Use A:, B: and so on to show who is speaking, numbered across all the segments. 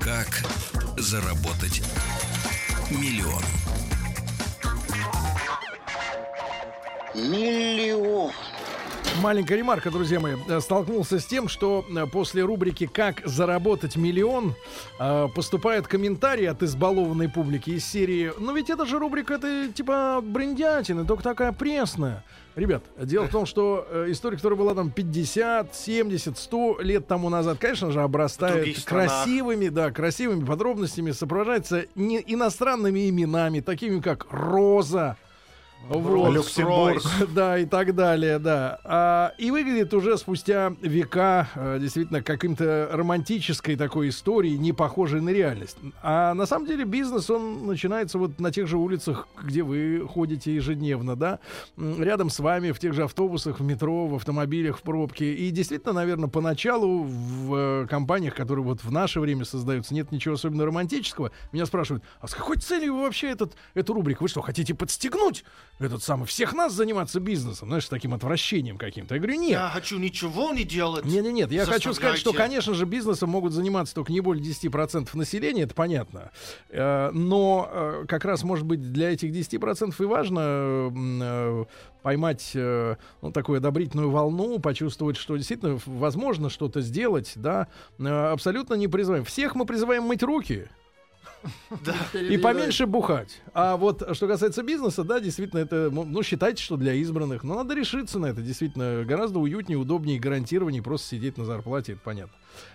A: Как заработать миллион?
B: Миллион.
C: Маленькая ремарка, друзья мои. Э, Столкнулся с тем, что э, после рубрики «Как заработать миллион» э, поступают комментарии от избалованной публики из серии «Ну ведь это же рубрика, это типа брендятина, только такая пресная». Ребят, дело в том, что э, история, которая была там 50, 70, 100 лет тому назад, конечно же, обрастает
D: других странах.
C: красивыми, да, красивыми подробностями, сопровождается не иностранными именами, такими как «Роза», вот.
D: Люксембург.
C: Да, и так далее, да. А, и выглядит уже спустя века э, действительно каким-то романтической такой историей, не похожей на реальность. А на самом деле бизнес, он начинается вот на тех же улицах, где вы ходите ежедневно, да, М, рядом с вами, в тех же автобусах, в метро, в автомобилях, в пробке. И действительно, наверное, поначалу в э, компаниях, которые вот в наше время создаются, нет ничего особенно романтического. Меня спрашивают, а с какой целью вы вообще этот, эту рубрику? Вы что, хотите подстегнуть этот самый всех нас заниматься бизнесом? Знаешь, с таким отвращением каким-то. Я говорю, нет.
D: Я хочу ничего не делать.
C: Нет, нет, нет. Я хочу сказать, что,
D: Заставляйте.
C: конечно же, бизнесом могут заниматься только не более 10% населения, это понятно. Э, Но э, как раз, может быть, для этих 10% и важно э, м, э, поймать э, ну, такую одобрительную волну, почувствовать, что действительно возможно что-то сделать, да. Э, Абсолютно не призываем. Всех мы призываем мыть руки, и поменьше бухать. А вот что касается бизнеса, да, действительно, это, ну, ну, считайте, что для избранных. Но надо решиться на это, действительно, гораздо уютнее, удобнее и гарантированнее просто сидеть на зарплате, это понятно.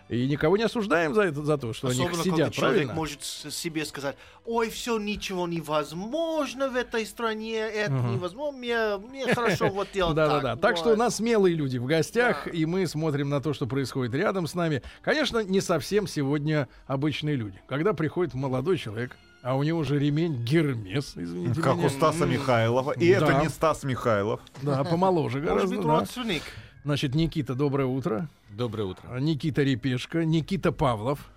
C: И никого не осуждаем за это, за то, что
D: Особенно,
C: они
D: когда
C: сидят,
D: человек
C: правильно?
D: может с- себе сказать, ой, все, ничего невозможно в этой стране, это
C: Мгм.
D: невозможно, мне, мне хорошо вот делать так.
C: Да-да-да. Так что у
D: вот».
C: нас смелые люди в гостях,
D: Да.
C: и мы смотрим на то, что происходит рядом с нами. Конечно, не совсем сегодня обычные люди. Когда приходит молодой человек, а у него же ремень Гермес, извините
E: Как
C: меня.
E: у Стаса Михайлова. И
C: Да.
E: это не Стас Михайлов.
C: Да, помоложе
D: Может
C: гораздо.
D: быть,
C: да.
D: родственник.
C: Значит, Никита, доброе утро.
F: Доброе утро.
C: Никита Репешка, Никита Павлов.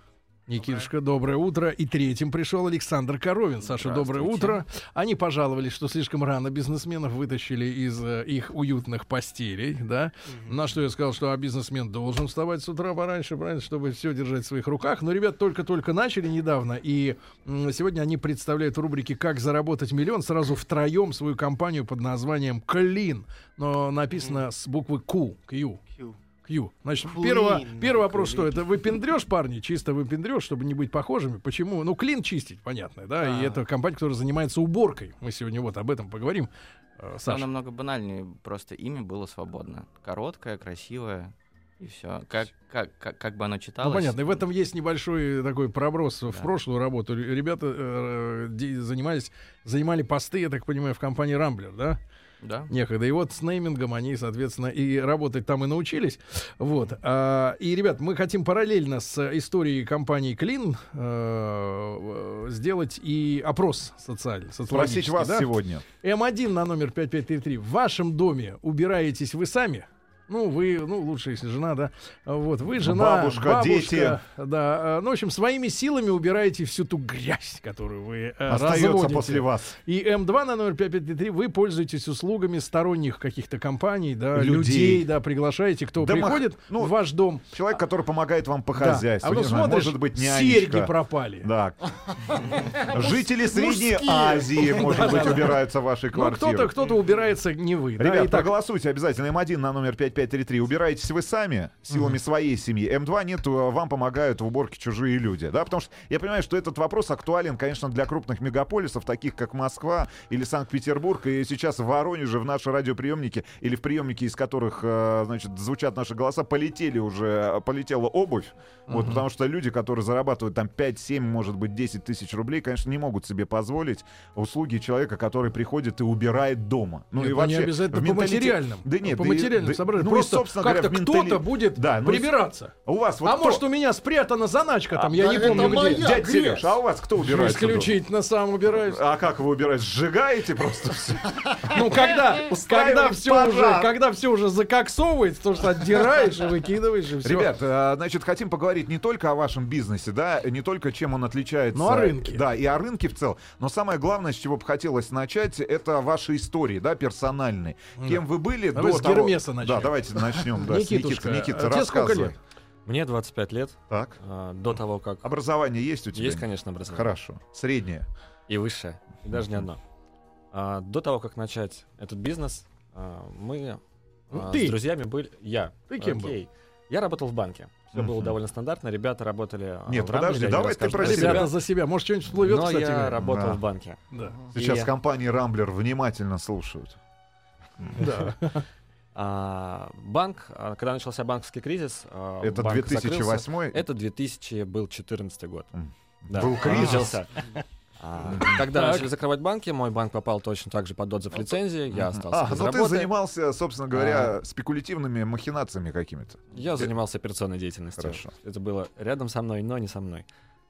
C: Никитушка, доброе утро. И третьим пришел Александр Коровин. Саша, доброе утро. Они пожаловались, что слишком рано бизнесменов вытащили из э, их уютных постелей, да. На что я сказал, что а, бизнесмен должен вставать с утра пораньше, правильно, чтобы все держать в своих руках. Но ребят только-только начали недавно, и м, сегодня они представляют в рубрике «Как заработать миллион» сразу втроем свою компанию под названием «Клин». Но написано с буквы «Q», «Q».
D: Q.
C: Q. Значит,
D: Клин,
C: перво-
D: ну,
C: первый вопрос,
D: клин.
C: что это выпендрешь, парни, чисто выпендрешь, чтобы не быть похожими. Почему? Ну, клин чистить, понятно, да, и
F: А.
C: это компания, которая занимается уборкой. Мы сегодня вот об этом поговорим. Э,
F: Все
C: Саша,
F: намного банальнее, просто имя было свободно. Короткое, красивое, и все. Как, как, как, как бы оно
C: ну
F: читалось.
C: понятно, и в этом есть небольшой такой проброс в
F: Да.
C: прошлую работу. Р- Ребята э, де- занимались, занимали посты, я так понимаю, в компании Рамблер, да?
F: Да.
C: Некогда. И вот с неймингом они, соответственно, и работать там и научились. Вот. А, и, ребят, мы хотим параллельно с историей компании Клин э, э, сделать и опрос социальный.
E: Спросить
C: социологический,
E: вас
C: да?
E: сегодня.
C: М1 на номер 5533. В вашем доме убираетесь вы сами? Ну, вы, ну, лучше, если жена, да. Вот, вы, жена,
E: Бабушка, дети.
C: Да, э, ну, в общем, своими силами убираете всю ту грязь, которую вы э,
E: Остается
C: разводите.
E: после вас.
C: И М2 на номер 553 вы пользуетесь услугами сторонних каких-то компаний, да, людей,
E: Людей.
C: да, приглашаете, кто
E: Домах-
C: приходит
E: ну,
C: в ваш дом.
E: Человек, который помогает вам по
C: да.
E: хозяйству.
C: а потом
E: не знаю,
C: смотришь,
E: может быть,
C: серьги
E: нянечка.
C: пропали.
E: Да. Жители Средней
D: мужские.
E: Азии, может быть,
C: Да-да-да.
E: убираются в вашей
C: Ну, кто-то,
E: квартире.
C: кто-то убирается, не вы. да,
E: Ребят,
C: и так-
E: проголосуйте обязательно. М1 на номер 5533. Убираетесь вы сами силами своей семьи. М2 нет, э, вам помогают в уборке чужие люди. Да, потому что я понимаю, что этот вопрос актуален, конечно, для крупных мегаполисов, таких как Москва или Санкт-Петербург. И сейчас в Воронеже в наши радиоприемники или в приемники, из которых, э, значит, звучат наши голоса, полетели уже, э, полетела обувь. Вот, потому что люди, которые зарабатывают там 5, 7, может быть, 10 тысяч рублей, конечно, не могут себе позволить услуги человека, который приходит и убирает дома. Ну
C: Нет, ну,
E: и
C: не
E: вообще
C: обязательно
E: в
C: по
E: менталите-
C: материальным.
E: Да нет,
C: По
E: да и-
C: материальным
E: да- контроль.
C: Ну,
E: Просто,
C: вот,
E: собственно
C: как-то
E: говоря, в ментали-
C: кто-то будет
E: Да, ну,
C: прибираться.
E: У вас вот
C: а
E: кто?
C: может, у меня спрятана заначка там, я
E: да
C: не
E: А, это
C: помню
E: моя
C: где.
E: Дядь
D: грязь.
E: Сереж, а у вас кто убирает?
C: Исключительно сам убираюсь.
E: А как вы убираете? Сжигаете просто все?
C: Ну, когда,
E: Устраивает
C: когда все
E: пожар.
C: уже, когда все уже закоксовывается, то что отдираешь и выкидываешь, и все.
E: Ребят, э, значит, хотим поговорить не только о вашем бизнесе, да, не только чем он отличается.
C: Но о рынке.
E: Да, и о рынке в целом. Но самое главное, с чего бы хотелось начать, это ваши истории, да, персональные.
C: Ну
E: Кем вы были
C: Давай
E: до
C: А с
E: того-
C: Гермеса начнем.
E: Да, давайте начнем, да, с
C: Никитушка,
E: Никиты. Никита,
C: а тебе сколько
E: рассказывай.
C: лет?
B: Мне 25 лет,
E: Так.
B: а, до того, как...
E: Образование есть у тебя?
B: Есть, конечно, образование.
E: Хорошо. Среднее.
B: И высшее, и даже не одно. А, до того, как начать этот бизнес, а, мы
C: Ну,
B: а,
C: ты.
B: с друзьями были... Я.
C: Ты кем был?
B: Окей. Я работал в банке. Все было
E: Мгм.
B: довольно стандартно. Ребята работали... а,
E: Нет,
B: в Рамблере,
E: подожди,
B: они
E: давай ты
B: расскажут
E: про
B: о
E: себя.
B: себе.
C: Ребята Ну, за себя. Может, что-нибудь всплывет,
B: Но
C: кстати.
B: я
C: говоря.
B: работал
E: Да.
B: в банке.
C: Да.
E: Сейчас
B: И-
E: компании Рамблер внимательно слушают.
C: Да.
B: А, банк, а, когда начался банковский кризис... а,
E: Это
B: банк закрылся.
E: 2008
B: Это 2000 был 14 год.
E: М.
B: Да.
E: Был кризис.
B: Начался. А, Когда
C: Так.
B: начали закрывать банки, мой банк попал точно так же под отзыв лицензии, я остался
E: Ну, А, ну
B: без
E: ты
B: работы. А.
E: занимался, собственно говоря, спекулятивными махинациями какими-то.
B: Я занимался операционной деятельностью.
E: Хорошо.
B: Это было рядом со мной, но не со мной.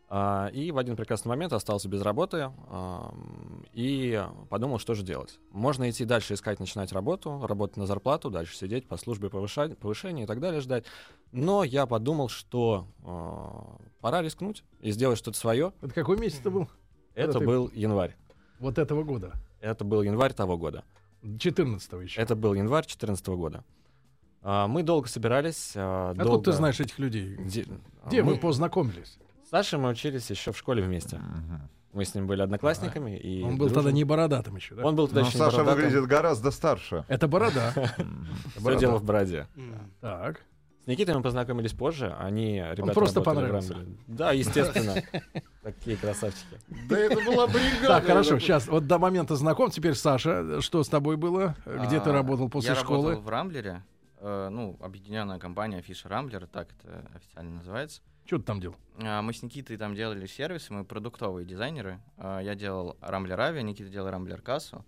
B: А, И в один прекрасный момент остался без работы ам, и подумал, что же делать. Можно идти дальше искать, начинать работу, работать на зарплату, дальше сидеть по службе повышать, повышения и так далее ждать. Но я подумал, что а, пора рискнуть и сделать что-то свое.
C: Это какой месяц это был?
B: Это
C: ты-
B: был январь.
C: Вот этого года.
B: Это был январь того года.
C: 14 еще.
B: Это был январь 2014 года. А, Мы долго собирались. а,
C: Откуда
B: долго-
C: ты знаешь этих людей?
B: Де- а,
C: Где
B: мы-
C: вы познакомились?
B: С Сашей мы учились еще в школе вместе.
E: Мгм.
B: Мы с ним были одноклассниками. И
C: А. Он был
B: дружим.
C: тогда не бородатым еще, да?
B: Он был тогда
E: Но
B: еще
E: Ну, Саша выглядит гораздо старше.
C: Это борода.
B: Все дело в бороде.
C: Так.
B: С Никитой мы познакомились позже. Они ребята
C: просто
B: работали в
C: понравился.
B: Рамбле. Да, естественно. Такие красавчики.
D: Да это была бригада.
C: Так, хорошо,
D: Это-
C: сейчас вот до момента знаком. Теперь, Саша, что с тобой было? Где ты
F: А,
C: работал после
F: я
C: школы?
F: работал в Рамблере. Э, ну, объединенная компания Fisher Рамблер, так это официально называется.
C: Что ты там делал?
F: А, мы с Никитой там делали сервисы, мы продуктовые дизайнеры. А, я делал Рамблер Ави, Никита делал Рамблер Кассу.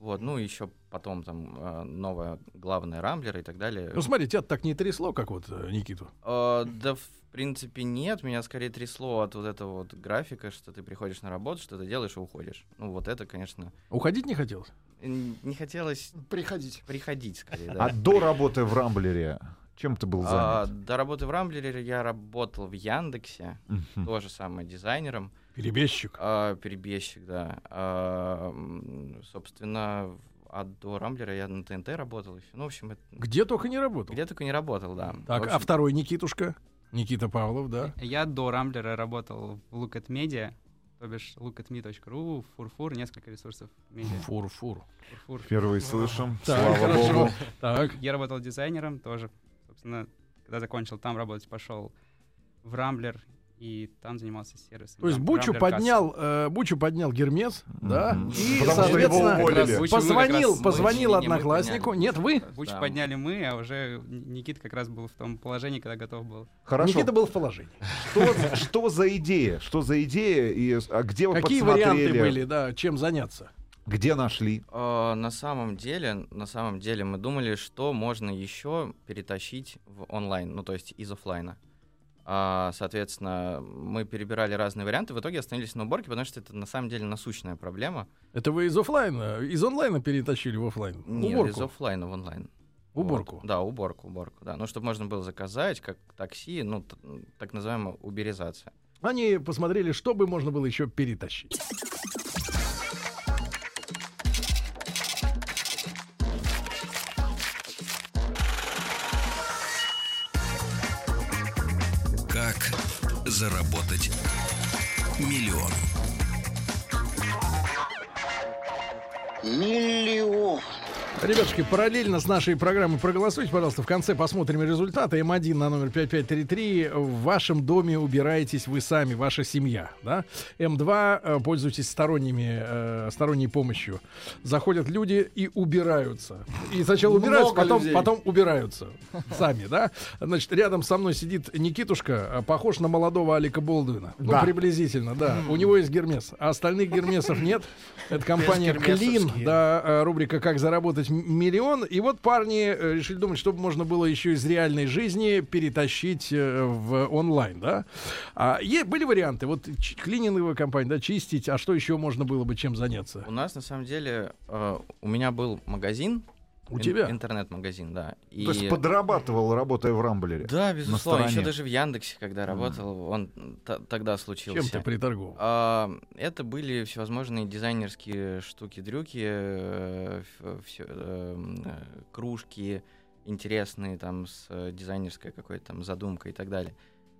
F: Вот, ну, еще потом там э, новая главная Рамблер и так далее.
C: Ну смотри, тебя так не трясло, как вот э, Никиту.
F: Э, да, в принципе, нет. Меня скорее трясло от вот этого вот графика, что ты приходишь на работу, что ты делаешь и уходишь. Ну, вот это, конечно,
C: Уходить не хотелось?
F: н- не хотелось
D: Приходите.
F: приходить скорее, да.
E: А до работы в Рамблере чем ты был
F: А,
E: занят?
F: до работы в Рамблере я работал в Яндексе,
C: Хм.
E: Мгм.
F: тоже самое дизайнером,
C: Перебежчик.
F: а, перебежчик, да. А, м, собственно, в- а до Рамблера я на ТНТ работал еще. Ну, в общем, это-
C: Где только не работал.
F: где только не работал, да.
C: Так,
F: В
C: а
F: общем,
C: второй Никитушка? Никита Павлов, да.
G: Я до Рамблера работал в Look at Media, то бишь lookatme.ru, фурфур, несколько ресурсов медиа.
C: Фур-фур.
G: Фурфур.
E: Впервые слышим.
C: Так,
E: Слава
C: хорошо.
E: богу.
C: Так.
G: Я работал дизайнером тоже, собственно, когда закончил там работать, пошел в Рамблер и там занимался сервисом.
C: То есть
G: Рам-
C: Бучу
G: Рамблер
C: поднял, э, Бучу поднял Гермес, да,
E: Мгм.
C: и,
E: Потому что его
C: соответственно,
E: уволили.
G: Как раз Бучу мы как
C: позвонил,
G: раз-
C: позвонил
F: мы- не, мы
C: однокласснику.
F: подняли.
C: Нет, вы?
G: Касс. Бучу
F: Да.
G: подняли мы, а уже Никита как раз был в том положении, когда готов был.
E: Хорошо.
C: Никита был в положении.
E: Что, что за идея? Что за идея? И а где вы
C: Какие
E: подсмотрели?
C: варианты были, да, чем заняться?
E: Где нашли?
F: А, На самом деле, на самом деле мы думали, что можно еще перетащить в онлайн, ну то есть из офлайна. А, Соответственно, мы перебирали разные варианты, в итоге остановились на уборке, потому что это на самом деле насущная проблема.
C: Это вы из офлайна, из онлайна перетащили в офлайн?
F: Не из
C: уборку.
F: офлайна в онлайн.
C: Уборку.
F: Вот. Да, уборку, уборку, да. Ну, чтобы можно было заказать, как такси, ну, т- так называемая уберизация.
C: Они посмотрели, что бы можно было еще перетащить.
A: Как заработать миллион?
C: Ребятушки, параллельно с нашей программой проголосуйте, пожалуйста. В конце посмотрим результаты. М1 на номер 5533. В вашем доме убираетесь вы сами, ваша семья. Да? М2 э, пользуйтесь сторонними, э, сторонней помощью. Заходят люди и убираются. И сначала убираются, потом, потом убираются сами. Да? Значит, рядом со мной сидит Никитушка, э, похож на молодого Алика Болдуина. Ну,
E: Да.
C: приблизительно, да. У него есть Гермес, а остальных Гермесов нет. Это компания Клин, да, э, рубрика «Как заработать м- миллион. И вот парни э, решили думать, чтобы можно было еще из реальной жизни перетащить э, в онлайн, да? А, е- были варианты, вот ч- клининговая компания, да, чистить, а что еще можно было бы чем заняться?
F: У нас на самом деле э, у меня был магазин.
C: У
F: ин-
C: тебя?
F: Интернет-магазин, да. И...
E: То есть подрабатывал, работая в Рамблере.
F: Да, безусловно. Еще
E: стороне.
F: даже в Яндексе, когда работал, он т- тогда случился.
C: Чем ты приторговал?
F: А, Это были всевозможные дизайнерские штуки-дрюки, э, ф- всё, эм, э, кружки интересные, там, с э, дизайнерской какой-то там задумкой и так далее.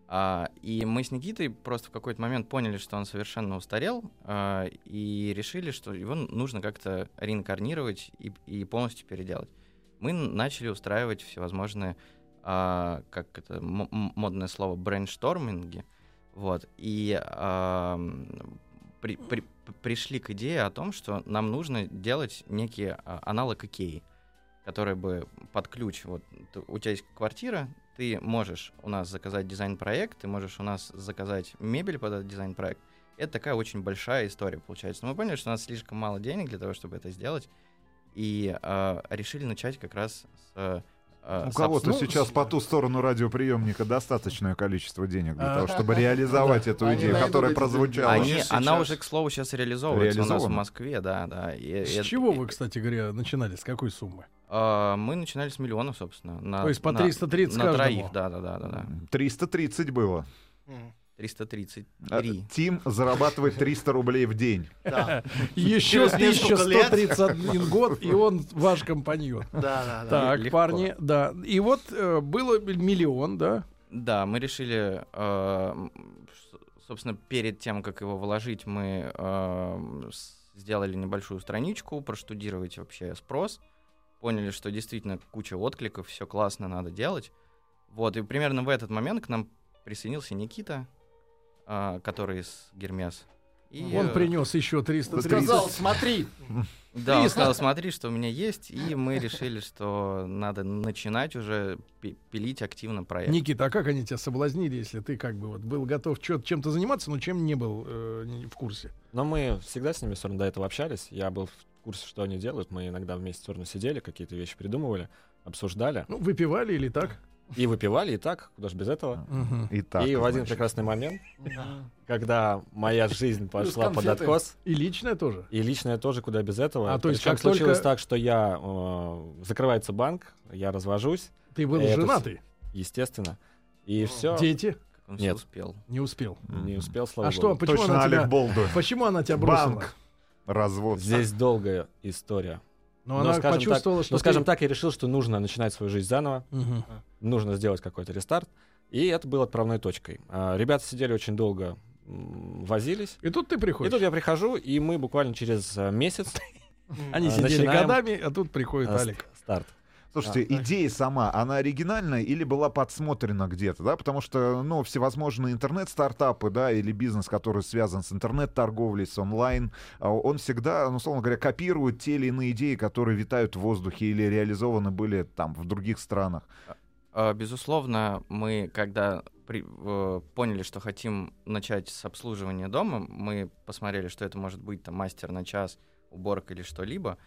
F: А, И мы с Никитой просто в какой-то момент поняли, что он совершенно устарел, а, и решили, что его нужно как-то реинкарнировать и, и полностью переделать. Мы н- начали устраивать всевозможные, а, как это м- м- модное слово, брейншторминги, вот. И ам, при- при- пришли к идее о том, что нам нужно делать некий а, аналог Икеи, который бы под ключ, вот т- у тебя есть квартира, ты можешь у нас заказать дизайн-проект, ты можешь у нас заказать мебель под этот дизайн-проект. Это такая очень большая история получается. Но мы поняли, что у нас слишком мало денег для того, чтобы это сделать, и а, решили начать как раз с... э, э,
E: У
F: с
E: кого-то
F: обс-
E: сейчас по ту сторону радиоприемника достаточное количество денег для того, чтобы реализовать эту
D: Они
E: идею,
D: найдут
E: которая
D: эти
E: прозвучала.
D: деньги.
F: Они,
D: Сейчас.
F: она уже, к слову, сейчас реализовывается у нас в
E: Реализована.
F: Москве, да, да. И- и-
C: С чего
F: и-
C: вы, кстати говоря, начинали? С какой суммы?
F: а, мы начинали с миллионов, собственно. На,
C: То есть по
F: на-
C: 330
F: на,
C: каждому?
F: троих, да, да, да, да, да.
E: 330 было.
D: М,
C: А,
F: 333.
E: Э, Тим зарабатывает 300 рублей в день.
D: Да,
C: Еще
D: Через несколько лет.
C: 1131 год, и он ваш компаньон.
D: да, да, да.
C: Так,
F: легко.
C: парни, да. И вот э, было миллион, да?
F: Да, мы решили, э, м, с- собственно, перед тем, как его вложить, мы э, с- сделали небольшую страничку, проштудировать вообще спрос, поняли, что действительно куча откликов, все классно, надо делать. Вот, и примерно в этот момент к нам присоединился Никита, э, который из Гермес. И,
C: Он
F: э,
C: принес еще
E: Сказал,
C: 330.
D: смотри.
F: Да, он
C: Триста.
F: сказал, смотри, что у меня есть, и мы решили, что надо начинать уже пи- пилить активно проект.
C: Никита, а как они тебя соблазнили, если ты как бы вот был готов чё- чем-то заниматься, но чем не был э, не- в курсе?
B: Но мы всегда с ними все равно до этого общались. Я был в курсе, что они делают. Мы иногда вместе все равно сидели, какие-то вещи придумывали, обсуждали.
C: Ну, выпивали или так?
B: И выпивали, и так, куда же без этого.
C: Мгм.
E: И так,
B: и в один
E: значит.
B: прекрасный момент, когда моя жизнь пошла под
D: конфеты.
B: откос,
C: И личное тоже.
B: и личное тоже куда без этого.
C: А, то есть
B: Причём
C: как только-
B: случилось так, что я... э, закрывается банк, я развожусь,
C: Ты был
B: Это
C: женатый.
B: естественно. И все.
C: Дети
F: Как он
B: Нет.
F: все успел.
C: не успел.
B: Не успел, слава
C: А что,
B: богу.
C: почему
E: Точно
C: она тебя...
E: Олег Болдуин.
C: Почему она тебя бросила?
E: Банк. Развод.
B: Здесь долгая история.
C: Ну, она
B: скажем
C: почувствовала,
B: так,
C: что
B: ну,
C: ты-
B: скажем так, я решил, что нужно начинать свою жизнь заново.
C: Мгм.
B: нужно сделать какой-то рестарт. И это было отправной точкой. А, Ребята сидели очень долго, м, возились.
C: И тут ты
B: И
C: приходишь.
B: тут я прихожу, и мы буквально через э, месяц
C: Они
B: А,
C: сидели
B: начинаем.
C: годами, а тут приходит
B: э, ст-
C: Алик.
B: старт. А,
E: Слушайте, идея сама, она оригинальная или была подсмотрена где-то, да? Потому что, ну, всевозможные интернет-стартапы, да, или бизнес, который связан с интернет-торговлей, с онлайн, а, он всегда, ну, условно говоря, копирует те или иные идеи, которые витают в воздухе или реализованы были там в других странах.
F: А, Безусловно, мы, когда при- э, поняли, что хотим начать с обслуживания дома, мы посмотрели, что это может быть там мастер на час, уборка или что-либо.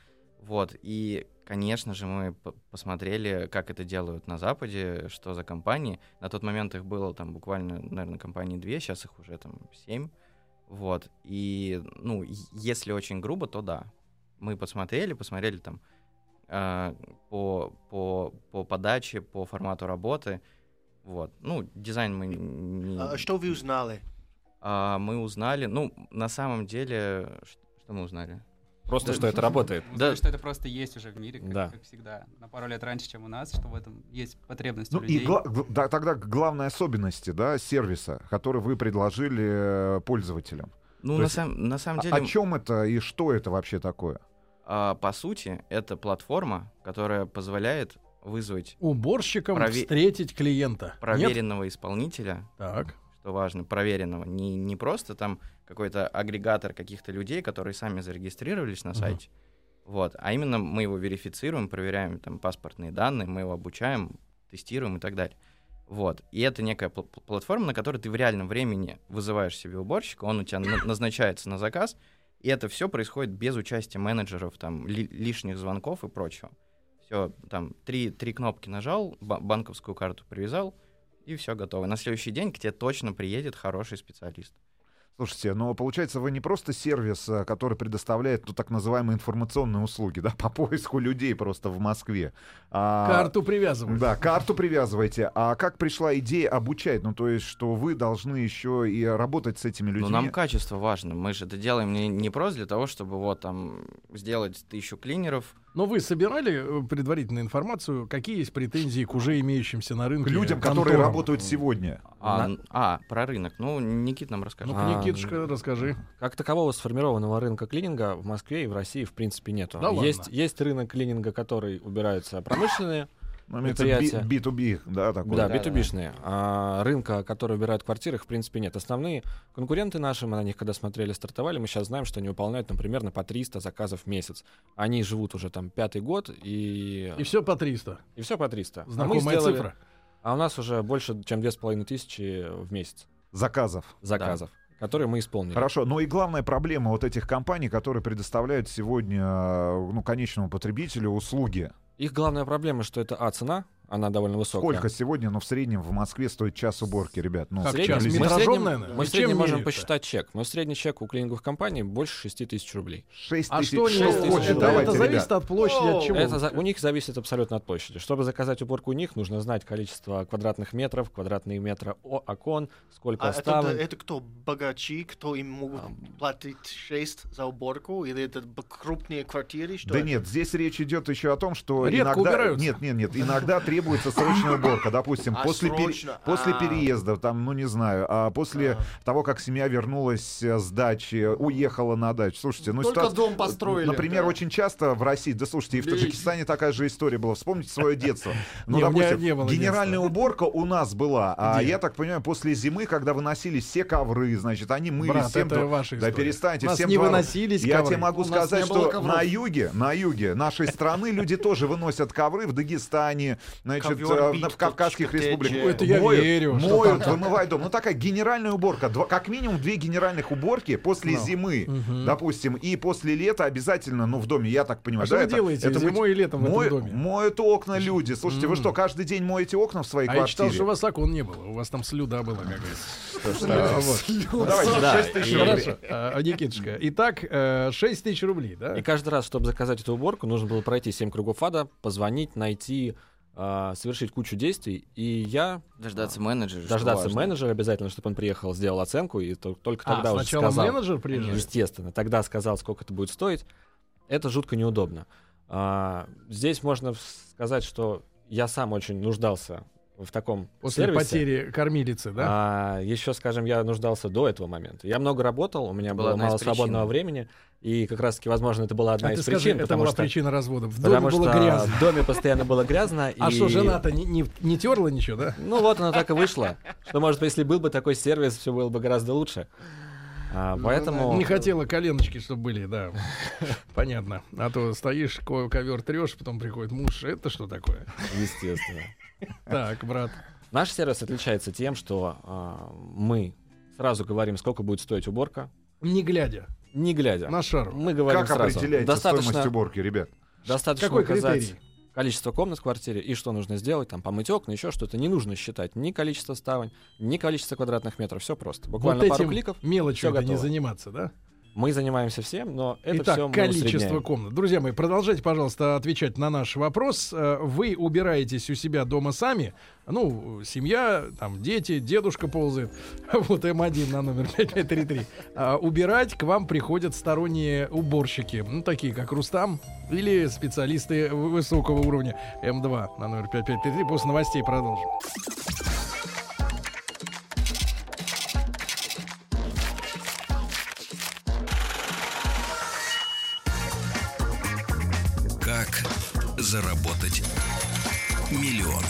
F: Вот, и, конечно же, мы п- посмотрели, как это делают на Западе, что за компании. На тот момент их было там буквально, наверное, компании две, сейчас их уже там семь. Вот, и, ну, е- если очень грубо, то да. Мы посмотрели, посмотрели там э, по, по, по подаче, по формату работы. Вот. Ну, дизайн мы не...
D: А Что вы узнали?
F: А, мы узнали, ну, на самом деле, ш- что мы узнали?
B: Просто что это работает.
G: Мы
F: Да.
G: узнали, что это просто есть уже в мире, как,
B: Да.
G: как всегда. На пару лет раньше, чем у нас, что в этом есть потребность
E: Ну
G: у
E: и
G: людей.
E: гла- г- да, тогда главные особенности, да, сервиса, который вы предложили э, пользователям.
F: Ну,
E: То
F: на,
E: есть-
F: сам, на
E: А-
F: самом деле,
E: о чем это и что это вообще такое?
F: а, по сути, это платформа, которая позволяет вызвать
C: Уборщиком
F: Прове-
C: встретить клиента. Нет?
F: проверенного исполнителя,
C: Так.
F: что важно, проверенного, не, не просто там какой-то агрегатор каких-то людей, которые сами зарегистрировались на
C: Мгм.
F: сайте, вот, а именно мы его верифицируем, проверяем там паспортные данные, мы его обучаем, тестируем и так далее. Вот. И это некая пл- пл- платформа, на которой ты в реальном времени вызываешь себе уборщика, он у тебя на- назначается на заказ, и И это все происходит без участия менеджеров, там, ли- лишних звонков и прочего. Все, там, три, три кнопки нажал, ба- банковскую карту привязал, и все готово. На следующий день к тебе точно приедет хороший специалист.
E: Слушайте, но получается, вы не просто сервис, э, который предоставляет ну, так называемые информационные услуги, да, по поиску людей просто в Москве. А,
C: Карту привязывают.
E: Да, карту привязываете. А как пришла идея обучать? Ну, то есть, что вы должны еще и работать с этими людьми.
F: Но Ну, нам качество важно. Мы же это делаем не, не просто для того, чтобы вот там сделать тысячу клинеров.
C: Но вы собирали э, предварительную информацию, какие есть претензии к уже имеющимся на
E: К
C: рынке
E: людям, которые
C: конторам?
E: работают сегодня.
F: А, а, про рынок. Ну, Никит нам расскажет.
C: Ну-ка,
B: А,
C: Никитушка,
B: м.
C: расскажи.
B: Как такового сформированного рынка клининга в Москве и в России в принципе нету.
C: Да ладно?
B: есть, есть рынок клининга, который убираются промышленные,
E: Ну, имеется в виду
B: Предприятие.
E: би- B2B, да, такой.
F: да,
B: да,
F: да.
B: битубишные. А рынка, который убирают в квартиры, в принципе нет. Основные конкуренты наши, мы на них когда смотрели, стартовали, мы сейчас знаем, что они выполняют там примерно по 300 заказов в месяц. Они живут уже там пятый год и...
C: И все по 300.
B: И все по 300. А мы
C: Знакомая
B: сделали-
C: цифра.
B: А у нас уже больше, чем 2500 в месяц
E: Заказов.
B: заказов, которые мы исполнили.
E: Хорошо, но и главная проблема вот этих компаний, которые предоставляют сегодня э, ну, конечному потребителю услуги.
B: Их главная проблема, что это А-цена, она довольно высокая.
E: Сколько сегодня, ну, в среднем в Москве стоит час уборки, ребят? Ну,
C: Как
B: среднем-
C: час?
B: мы в
C: Метражом,
B: среднем-
C: наверное?
B: Мы в
C: Чем
B: среднем можем
C: меряют-то?
B: посчитать чек. Но средний чек у клининговых компаний больше 6 тысяч рублей.
E: 6
C: А
E: тысяч,
C: что они-
E: шесть
C: это-
E: тысяч.
C: это,
E: Давайте,
C: это зависит
E: ребят.
C: от площади, от
D: Оу.
C: чего?
B: Это за- у них зависит абсолютно от площади. Чтобы заказать уборку у них, нужно знать количество квадратных метров, квадратные метра о- окон, сколько
D: А это,
B: ставен.
D: это кто? Богачи, кто им могут платить 6 за уборку? Или это б- крупные квартиры? Что
E: Да
D: это?
E: нет, здесь речь идет еще о том, что
C: Редко
E: иногда...
C: убираются.
E: Нет, нет, нет, иногда требуется срочная уборка, допустим,
D: А,
E: после, пере-
D: срочно.
E: после
D: А.
E: переезда, там, ну не знаю, а после того, как семья вернулась э, с дачи, уехала на дачу. Слушайте, ну
H: Только
E: ситуация-
H: дом построили.
E: Например, очень часто в России, да слушайте, и в
H: Блин.
E: Таджикистане такая же история была. Вспомните свое детство. Ну,
C: Не, у меня
E: допустим,
C: не было
E: генеральная
C: детства.
E: уборка у нас была. А
C: Где?
E: я так понимаю, после зимы, когда выносились все ковры, значит, они мыли
C: Брат,
E: всем.
C: это
E: дво-
C: ваша
E: Да
C: история.
E: перестаньте,
C: Нас
E: всем
C: не
E: дворам.
C: выносились
E: Я
C: ковры.
E: тебе могу
H: У нас
E: сказать,
H: не было
E: что
H: ковров.
E: на юге, на юге нашей страны люди тоже выносят ковры в Дагестане, значит,
D: Ковер
E: э,
D: бит,
E: в Кавказских
D: точка,
E: республиках.
D: TG.
C: Это я
E: Моют,
C: верю, что
E: Моют, вымывают дом. Ну такая генеральная уборка. Два- Как минимум две генеральных уборки после
C: Ну.
E: зимы.
C: Мгм.
E: Допустим, и после лета обязательно, ну, в доме, я так понимаю.
C: А что
E: да,
C: вы
E: это-
C: делаете
E: это
C: зимой и летом в
E: моют-
C: этом доме?
E: Моют окна люди. Слушайте, вы
C: М.
E: что, каждый день моете окна в своей
C: А я
E: квартире?
C: считал, что у вас окон не было. У вас там слюда была какая-то. А, вот.
E: Ну, давайте,
F: Да,
E: 6 тысяч
F: и-
E: рублей.
C: Хорошо. А, Никитушка, итак, э, 6 тысяч рублей, да?
B: И каждый раз, чтобы заказать эту уборку, нужно было пройти 7 кругов ада, позвонить, найти, а, совершить кучу действий. И я
F: Дождаться менеджера. что
B: дождаться
F: важно.
B: менеджера обязательно, чтобы он приехал, сделал оценку, и тол- только
C: А,
B: тогда уже
C: сначала
B: сказал.
C: менеджер приезжает?
B: Естественно, тогда сказал, сколько это будет стоить. Это жутко неудобно. А, здесь можно в- сказать, что я сам очень нуждался в таком
C: После
B: сервисе.
C: потери кормилицы,
B: А,
C: да?
B: еще, скажем, я нуждался до этого момента. Я много работал, у меня
F: Это была
B: было
F: одна
B: мало
F: из причин.
B: свободного времени, и как раз-таки, возможно, это была одна
C: а
B: из
C: ты
B: причин,
C: скажи, это
B: потому
C: была
B: что
C: причина развода. В доме
B: потому
C: было
B: что
C: грязно.
B: в доме постоянно было грязно.
C: А
B: и-
C: что, жена-то не, не, не терла ничего, да?
B: Ну вот оно так и вышло. Что, может, если был бы такой сервис, все было бы гораздо лучше. А,
C: Ну
B: поэтому...
C: Не хотела коленочки, чтобы были, да. Понятно. А то стоишь, ко- ковер трешь, потом приходит муж. Это что такое?
B: Естественно.
C: Так, брат.
B: Наш сервис отличается тем, что а, мы сразу говорим, сколько будет стоить уборка,
C: Не глядя
B: не глядя.
C: на шару.
B: Мы говорим
E: Как
B: сразу.
E: определяете
B: достаточно,
E: стоимость уборки, ребят?
B: достаточно
C: Какой
B: указать
C: критерий?
B: количество комнат в квартире и что нужно сделать, там помыть окна, еще что-то. Не нужно считать ни количество ставень, ни количество квадратных метров. Все просто. Буквально
C: вот
B: пару
C: этим
B: кликов.
C: мелочью
B: всё
C: это не
B: готово.
C: заниматься, да?
B: Мы занимаемся всем, но это
C: Итак,
B: все мы
C: количество
B: усредняем.
C: комнат. Друзья мои, продолжайте, пожалуйста, отвечать на наш вопрос. Э, Вы убираетесь у себя дома сами. Ну, семья, там дети, дедушка ползает. Вот М1 на номер 5533. А, Убирать к вам приходят сторонние уборщики. Ну, такие как Рустам или специалисты в- высокого уровня. М2 на номер 5533. После новостей продолжим.
A: Как заработать миллион?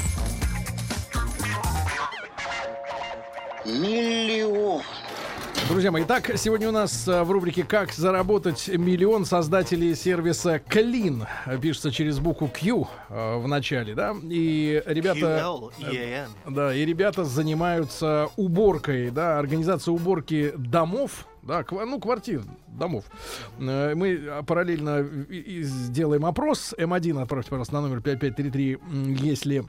C: Друзья мои, итак, сегодня у нас э, в рубрике «Как заработать миллион» создатели сервиса «Клин». Э, Пишется через букву Q э, в начале, да? И ребята...
D: QLEAN.
C: Да, и ребята занимаются уборкой, да, организацией уборки домов, Да, ква- ну, квартир, домов. Э, Мы параллельно и- и сделаем опрос. М1 отправьте, пожалуйста, на номер 5533, м, если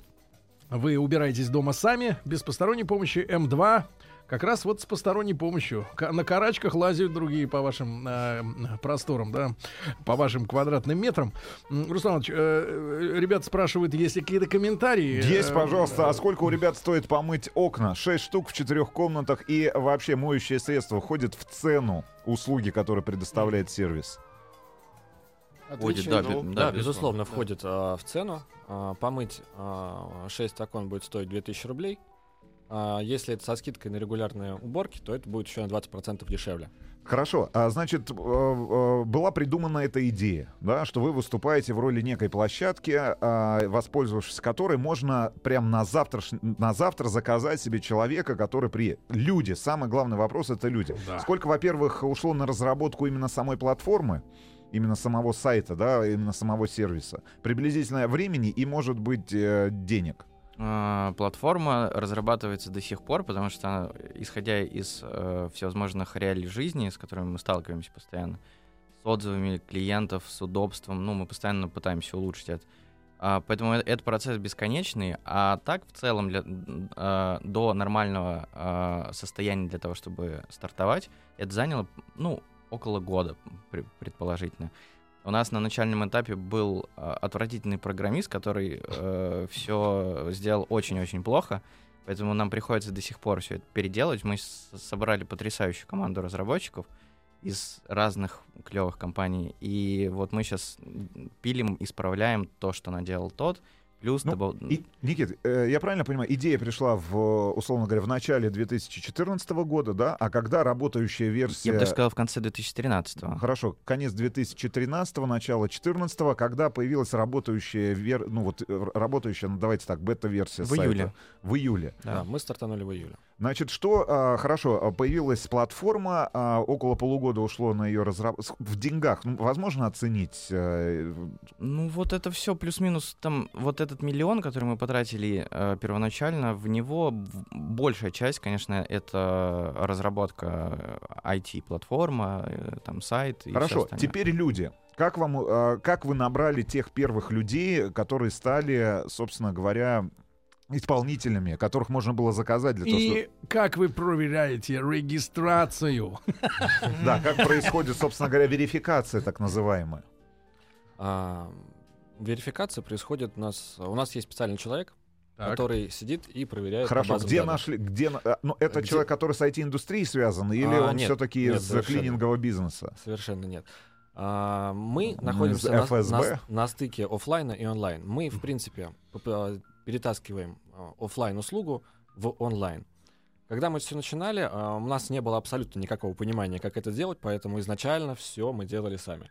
C: вы убираетесь дома сами, без посторонней помощи. М2 как раз вот с посторонней помощью. Ка- На карачках лазят другие по вашим э, просторам, да, по вашим квадратным метрам. М, Руслан Иванович, э, э, ребята спрашивают, есть ли какие-то комментарии.
E: Есть,
C: Э,
E: пожалуйста, а сколько у ребят стоит помыть окна? Шесть штук в четырех комнатах и вообще моющее средство входит в цену услуги, которые предоставляет сервис.
F: Будет,
D: Отличный
F: да,
D: залог.
F: бе-
B: Да,
F: да,
B: безусловно,
F: да.
B: входит а, в цену. А, помыть 6 окон будет стоить 2000 рублей. А, если это со скидкой на регулярные уборки, то это будет еще на 20% дешевле.
E: Хорошо, а, значит, э, э, была придумана эта идея, да, что вы выступаете в роли некой площадки, а, воспользовавшись которой можно прям на завтра, на завтра заказать себе человека, который при... Люди, самый главный вопрос — это люди.
C: Да.
E: Сколько, во-первых, ушло на разработку именно самой платформы, именно самого сайта, да, именно самого сервиса? Приблизительно времени и, может быть, э, денег.
F: А, Платформа разрабатывается до сих пор, потому что, она, исходя из э, всевозможных реалий жизни, с которыми мы сталкиваемся постоянно, с отзывами клиентов, с удобством, ну, мы постоянно пытаемся улучшить это. А, Поэтому э- этот процесс бесконечный, а так в целом для- м, а, до нормального а, состояния для того, чтобы стартовать, это заняло, ну, около года, пре- предположительно. У нас на начальном этапе был а, отвратительный программист, который все сделал очень-очень плохо. Поэтому нам приходится до сих пор все это переделать. Мы с- собрали потрясающую команду разработчиков из разных клевых компаний. И вот мы сейчас пилим, исправляем то, что наделал тот. Плюс
E: Ну,
F: добав-
E: И, Никит, э, я правильно понимаю, идея пришла, в, э, условно говоря, в начале 2014 года, да? А когда работающая версия...
F: я бы даже сказал, в конце 2013
E: Хорошо, конец 2013 начало 2014 когда появилась работающая, вер... ну вот, э, работающая, ну, давайте так, бета-версия
F: В
E: сайта.
F: июле.
E: В июле.
F: Да.
B: Да, мы стартанули в июле.
E: Значит, что, а, хорошо, а, появилась платформа, а, около полугода ушло на ее разработку. В деньгах, ну, возможно оценить? э,
F: Ну, вот это все плюс-минус там, вот этот миллион, который мы потратили э, первоначально, в него в- большая часть, конечно, это разработка э, IT-платформа, э, там сайт и всё
E: Хорошо,
F: остальное.
E: теперь люди. Как, вам, э, как вы набрали тех первых людей, которые стали, собственно говоря, исполнителями, которых можно было заказать для того, чтобы...
C: И как вы проверяете регистрацию?
E: Да, как происходит, собственно говоря, верификация так называемая.
B: А, верификация происходит у нас... У нас есть специальный человек,
C: Так.
B: который сидит и проверяет... на
E: Хорошо,
B: базах
E: где
B: данных.
E: нашли, где, на- а, ну, это
B: Где-
E: человек, который с IT-индустрией связан, или
B: А,
E: он
B: нет,
E: все-таки
B: нет,
E: из
B: совершенно.
E: клинингового бизнеса?
B: Совершенно нет. А, Мы
E: Из
B: находимся на,
E: FSB?
B: на- на стыке оффлайна и онлайн. Мы, в принципе, п- п- перетаскиваем а, офлайн услугу в онлайн. Когда мы все начинали, а, у нас не было абсолютно никакого понимания, как это делать, поэтому изначально все мы делали сами.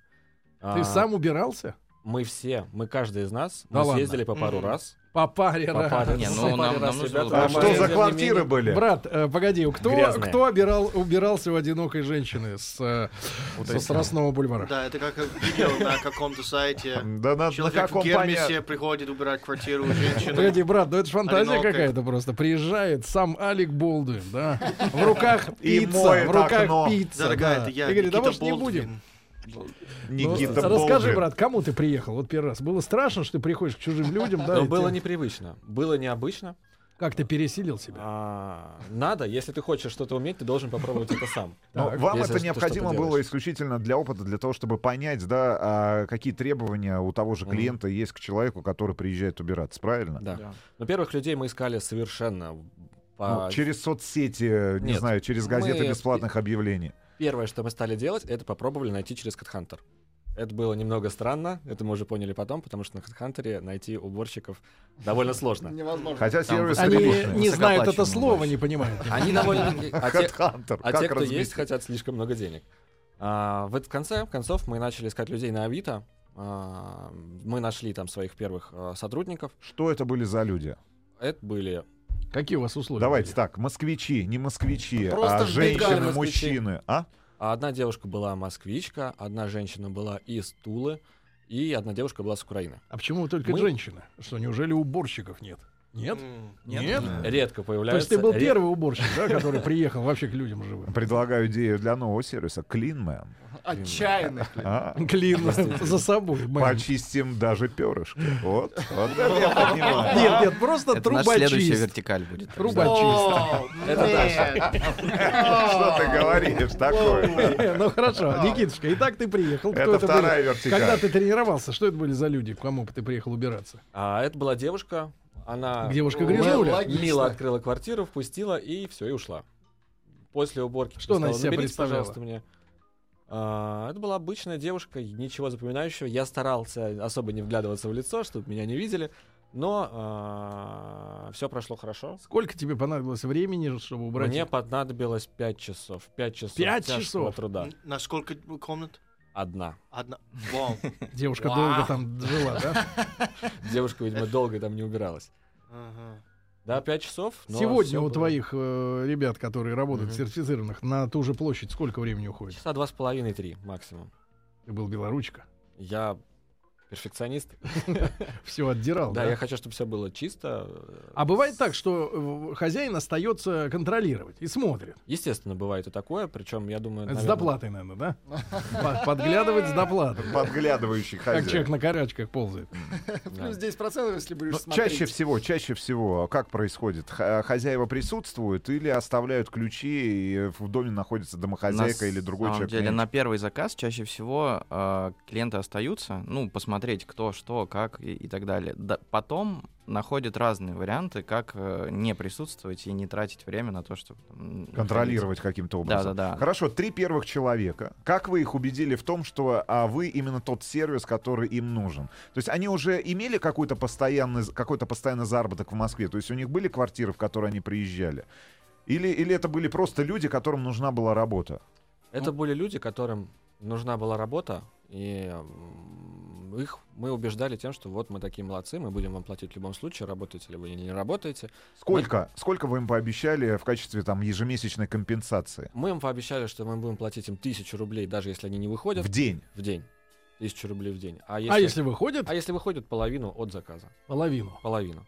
C: Ты
B: А,
C: сам убирался?
B: Мы все, мы каждый из нас,
C: Да
B: мы
C: ладно.
B: съездили по пару
D: Мгм.
B: раз.
C: По паре
B: По
C: раз.
B: паре-
F: Не,
B: по
F: ну,
B: паре
F: нам-
B: раз
F: нам нужно
B: ребята
F: было-
E: А
F: А
E: что
B: были,
E: за
B: тем не
E: квартиры
B: менее.
E: были?
C: Брат, э, погоди, кто,
B: Грязные.
C: кто обирал, убирался в одинокой женщины с, э, со Страстного бульвара?
D: Да, это как я видел на каком-то сайте.
E: Да на, на
D: Человек в
E: каком
D: Гермесе приходит убирать квартиру у
C: Погоди,
D: женщины.
C: брат, ну это ж фантазия
D: Одинокая.
C: какая-то просто. Приезжает сам Алик Болдуин, да? В руках
E: И
C: пицца,
E: моет
C: в руках
E: окно.
C: пицца.
D: Дорогая,
C: да.
D: это я,
C: И говорит, да
D: Никита
C: может не
D: Болдвин.
C: будем.
E: понятии
C: Ну,
E: Никита
C: расскажи,
E: Болдуин?
C: брат, кому ты приехал вот первый раз? Было страшно, что ты приходишь к чужим людям, да? типа.
B: Но
C: и
B: Ну, было
C: те-
B: непривычно, было необычно.
C: Как ты пересилил себя?
B: А, надо, если ты хочешь что-то уметь, ты должен попробовать это сам.
E: Но
C: Так,
E: Ну, вам
B: если
E: это
B: ты
E: необходимо
B: что-то
E: было
B: делаешь.
E: исключительно для опыта, для того, чтобы понять, да, а, какие требования у того же
B: Мгм.
E: клиента есть к человеку, который приезжает убираться, правильно?
B: Да. Но первых людей мы искали совершенно
E: Ну,
B: по-
E: через соцсети, не
B: А, нет.
E: знаю, через газеты
B: Мы-
E: бесплатных объявлений.
B: Первое, что мы стали делать, это попробовали найти через Headhunter. Это было немного странно, это мы уже поняли потом, потому что на Headhunter найти уборщиков довольно сложно.
H: Невозможно.
E: Хотя
F: Там
E: сервис
F: высоко-
C: Они
E: отличный.
C: не знают это
F: высокооплачиваемый
C: слово,
F: больше.
C: не понимают.
B: Они довольно... А те,
E: Headhunter.
B: а
E: как
B: те, кто
E: разбить?
B: есть, хотят слишком много денег. А, в это- в конце концов мы начали искать людей на Авито. А, мы нашли там своих первых а, сотрудников.
E: Что это были за люди?
B: Это были
C: Какие у вас условия?
E: Давайте так, москвичи, не москвичи,
H: Просто
E: а
H: в бегах
E: женщины,
B: москвичи.
E: мужчины. А?
B: А Одна девушка была москвичка, одна женщина была из Тулы, и одна девушка была с Украины.
C: А почему только
B: Мы-
C: женщины? Что, неужели уборщиков нет? Нет?
D: М.
F: Нет?
C: То
B: Редко
C: есть
B: появляется.
C: ты был
B: ре-
C: первый уборщик, да, который приехал вообще к людям живым.
E: Предлагаю идею для нового сервиса Cleanman.
D: Отчаянных.
E: А?
C: Клин за собой. Мэн.
E: Почистим даже перышки. Вот, вот это я понимаю.
C: Нет, нет, просто
F: Это наша следующая
C: трубочист.
F: вертикаль будет.
C: Трубочист.
D: О,
B: Это
E: Что ты говоришь такое?
C: Ну хорошо, Никитушка, и так ты приехал. Кто
E: Это вторая
C: были?
E: вертикаль.
C: Когда ты тренировался, что это были за люди, к кому ты приехал убираться?
B: А это была девушка. Она
C: Девушка
D: Ну,
C: грязнуля.
D: ладно.
B: мило- мило открыла квартиру, впустила и все, и ушла. После уборки
C: Что она
B: сказала,
C: из себя
B: «Наберите,
C: представляла?
B: пожалуйста, мне. А, это была обычная девушка, ничего запоминающего. Я старался особо не вглядываться в лицо, чтобы меня не видели. Но все прошло хорошо.
C: Сколько тебе понадобилось времени, чтобы убрать?
B: Мне
C: их?
B: понадобилось 5 часов. 5 часов
C: Пять
B: тяжкого
C: часов?
B: труда.
D: На сколько комнат?
B: Одна.
D: Одна. Вау.
C: Девушка
D: Вау.
C: долго там жила, да?
B: Девушка, видимо, долго там не убиралась.
D: Ага.
B: Да, 5 часов. но
C: Сегодня
B: Ну, всё
C: у
B: было.
C: твоих э, ребят, которые работают
B: Мгм.
C: сертифицированных, на ту же площадь сколько времени уходит?
B: Часа два с половиной, три максимум.
C: Ты был белоручка.
B: Я перфекционист.
C: Все отдирал.
B: Да,
C: да?
B: я хочу, чтобы все было чисто. э,
C: А бывает так, что э, хозяин остается контролировать и смотрит.
B: Естественно, бывает и такое, причем, я думаю...
C: Это с
B: Ну, наверно,
C: доплатой, наверное, да? Под- Подглядывать с доплатой.
E: Подглядывающий
C: Как человек
E: хозяин.
C: на карачках ползает. Ну,
B: да.
H: Плюс 10%, если
E: Но
H: будешь смотреть.
E: Ну, чаще всего, чаще всего, а как происходит? Х- а, Хозяева присутствуют или оставляют ключи, и в доме находится домохозяйка
F: На
E: или другой
F: самом
E: человек?
F: деле,
E: Нет.
F: на первый заказ чаще всего э, клиенты остаются, ну, посмотреть, кто, что, как и, и так далее. Да- потом находят разные варианты, как э, не присутствовать и не тратить время на то, чтобы... там,
E: Контролировать каким-то образом.
F: Да-да-да.
E: Хорошо, три первых человека. Как вы их убедили в том, что а, вы именно тот сервис, который им нужен? То есть они уже имели какой-то постоянный, какой-то постоянный заработок в Москве? То есть у них были квартиры, в которые они приезжали? Или, или это были просто люди, которым нужна была работа?
C: Ну.
B: Это были люди, которым нужна была работа, и м, их мы убеждали тем, что вот мы такие молодцы, мы будем вам платить в любом случае, работаете ли вы или не работаете.
E: Сколько, сколько вы им пообещали в качестве там, ежемесячной компенсации?
B: Мы им пообещали, что мы будем платить им тысячу рублей, даже если они не выходят
E: В день.
B: в день. Тысячу рублей в день. А если,
C: А если выходит,
B: а если выходят, половину от заказа.
C: половину.
B: Половину.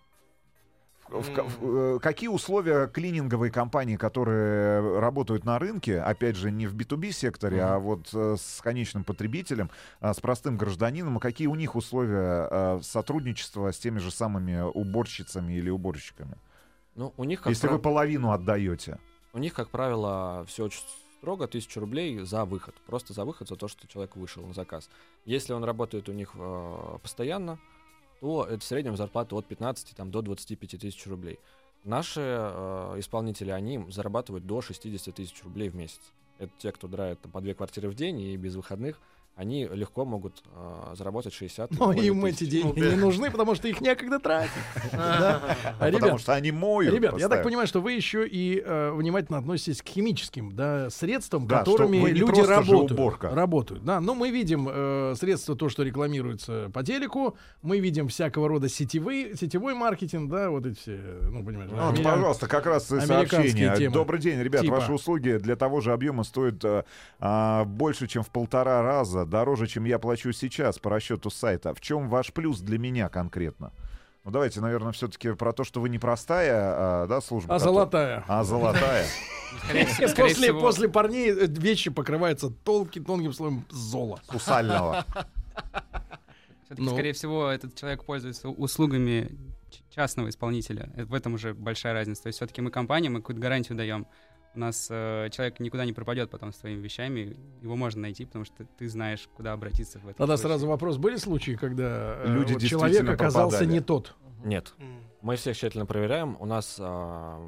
E: В- в- в- э, какие условия клининговые компании, которые работают на рынке, опять же, не в B2B секторе, а вот э, с конечным потребителем, а с простым гражданином, а какие у них условия э, сотрудничества с теми же самыми уборщицами или уборщиками?
B: Ну, у них, как
E: Если
B: прав-
E: вы половину отдаете.
B: у них, как правило, все очень строго, тысячу рублей за выход. Просто за выход, за то, что человек вышел на заказ. Если он работает у них э, постоянно, то это в среднем зарплата от 15 там, до 25 тысяч рублей. Наши э, исполнители, они зарабатывают до 60 тысяч рублей в месяц. Это те, кто драет там, по две квартиры в день и без выходных, они легко могут э, заработать 60 и
C: Но
B: более
C: Ну, им
B: тысяч.
C: эти деньги не нужны, потому что их некогда тратить. Да? А,
E: Потому
C: Ребят,
E: что они моют.
C: ребят, я так
E: постоянно.
C: понимаю, что вы еще и э, внимательно относитесь к химическим да, средствам,
E: Да, что
C: которыми
E: вы не
C: люди
E: просто же
C: работают.
E: уборка.
C: работают да. Ну, мы видим э, средства, то, что рекламируется по телеку, мы видим всякого рода сетевые, сетевой маркетинг, да, вот эти все, ну, понимаешь.
E: Ну, вот,
C: меня-
E: пожалуйста, как раз и
C: американские
E: сообщение.
C: темы.
E: Добрый день, ребят.
C: Типа.
E: Ваши услуги для того же объема стоят э, а, больше, чем в полтора раза, дороже, чем я плачу сейчас по расчету сайта. В чем ваш плюс для меня конкретно? Ну, давайте, наверное, все-таки про то, что вы не простая, а, да, служба.
C: А
E: которая-
C: золотая.
E: А золотая.
G: скорее
C: После,
G: всего.
C: после парней э, вещи покрываются толки, тонким слоем зола.
E: Кусального.
G: Всё-таки,
C: Ну.
G: скорее всего, этот человек пользуется услугами ч- частного исполнителя. Э, В этом уже большая разница. То есть все-таки мы компания, мы какую-то гарантию даем. У нас э, человек никуда не пропадет потом с твоими вещами. Его можно найти, потому что ты знаешь, куда обратиться в этом
C: Тогда
G: случае.
C: сразу вопрос. Были случаи, когда э,
E: Люди
C: вот человек
E: действительно
C: оказался
E: пропадали?
C: не тот?
B: Нет.
D: М.
B: Мы всех тщательно проверяем. У нас а,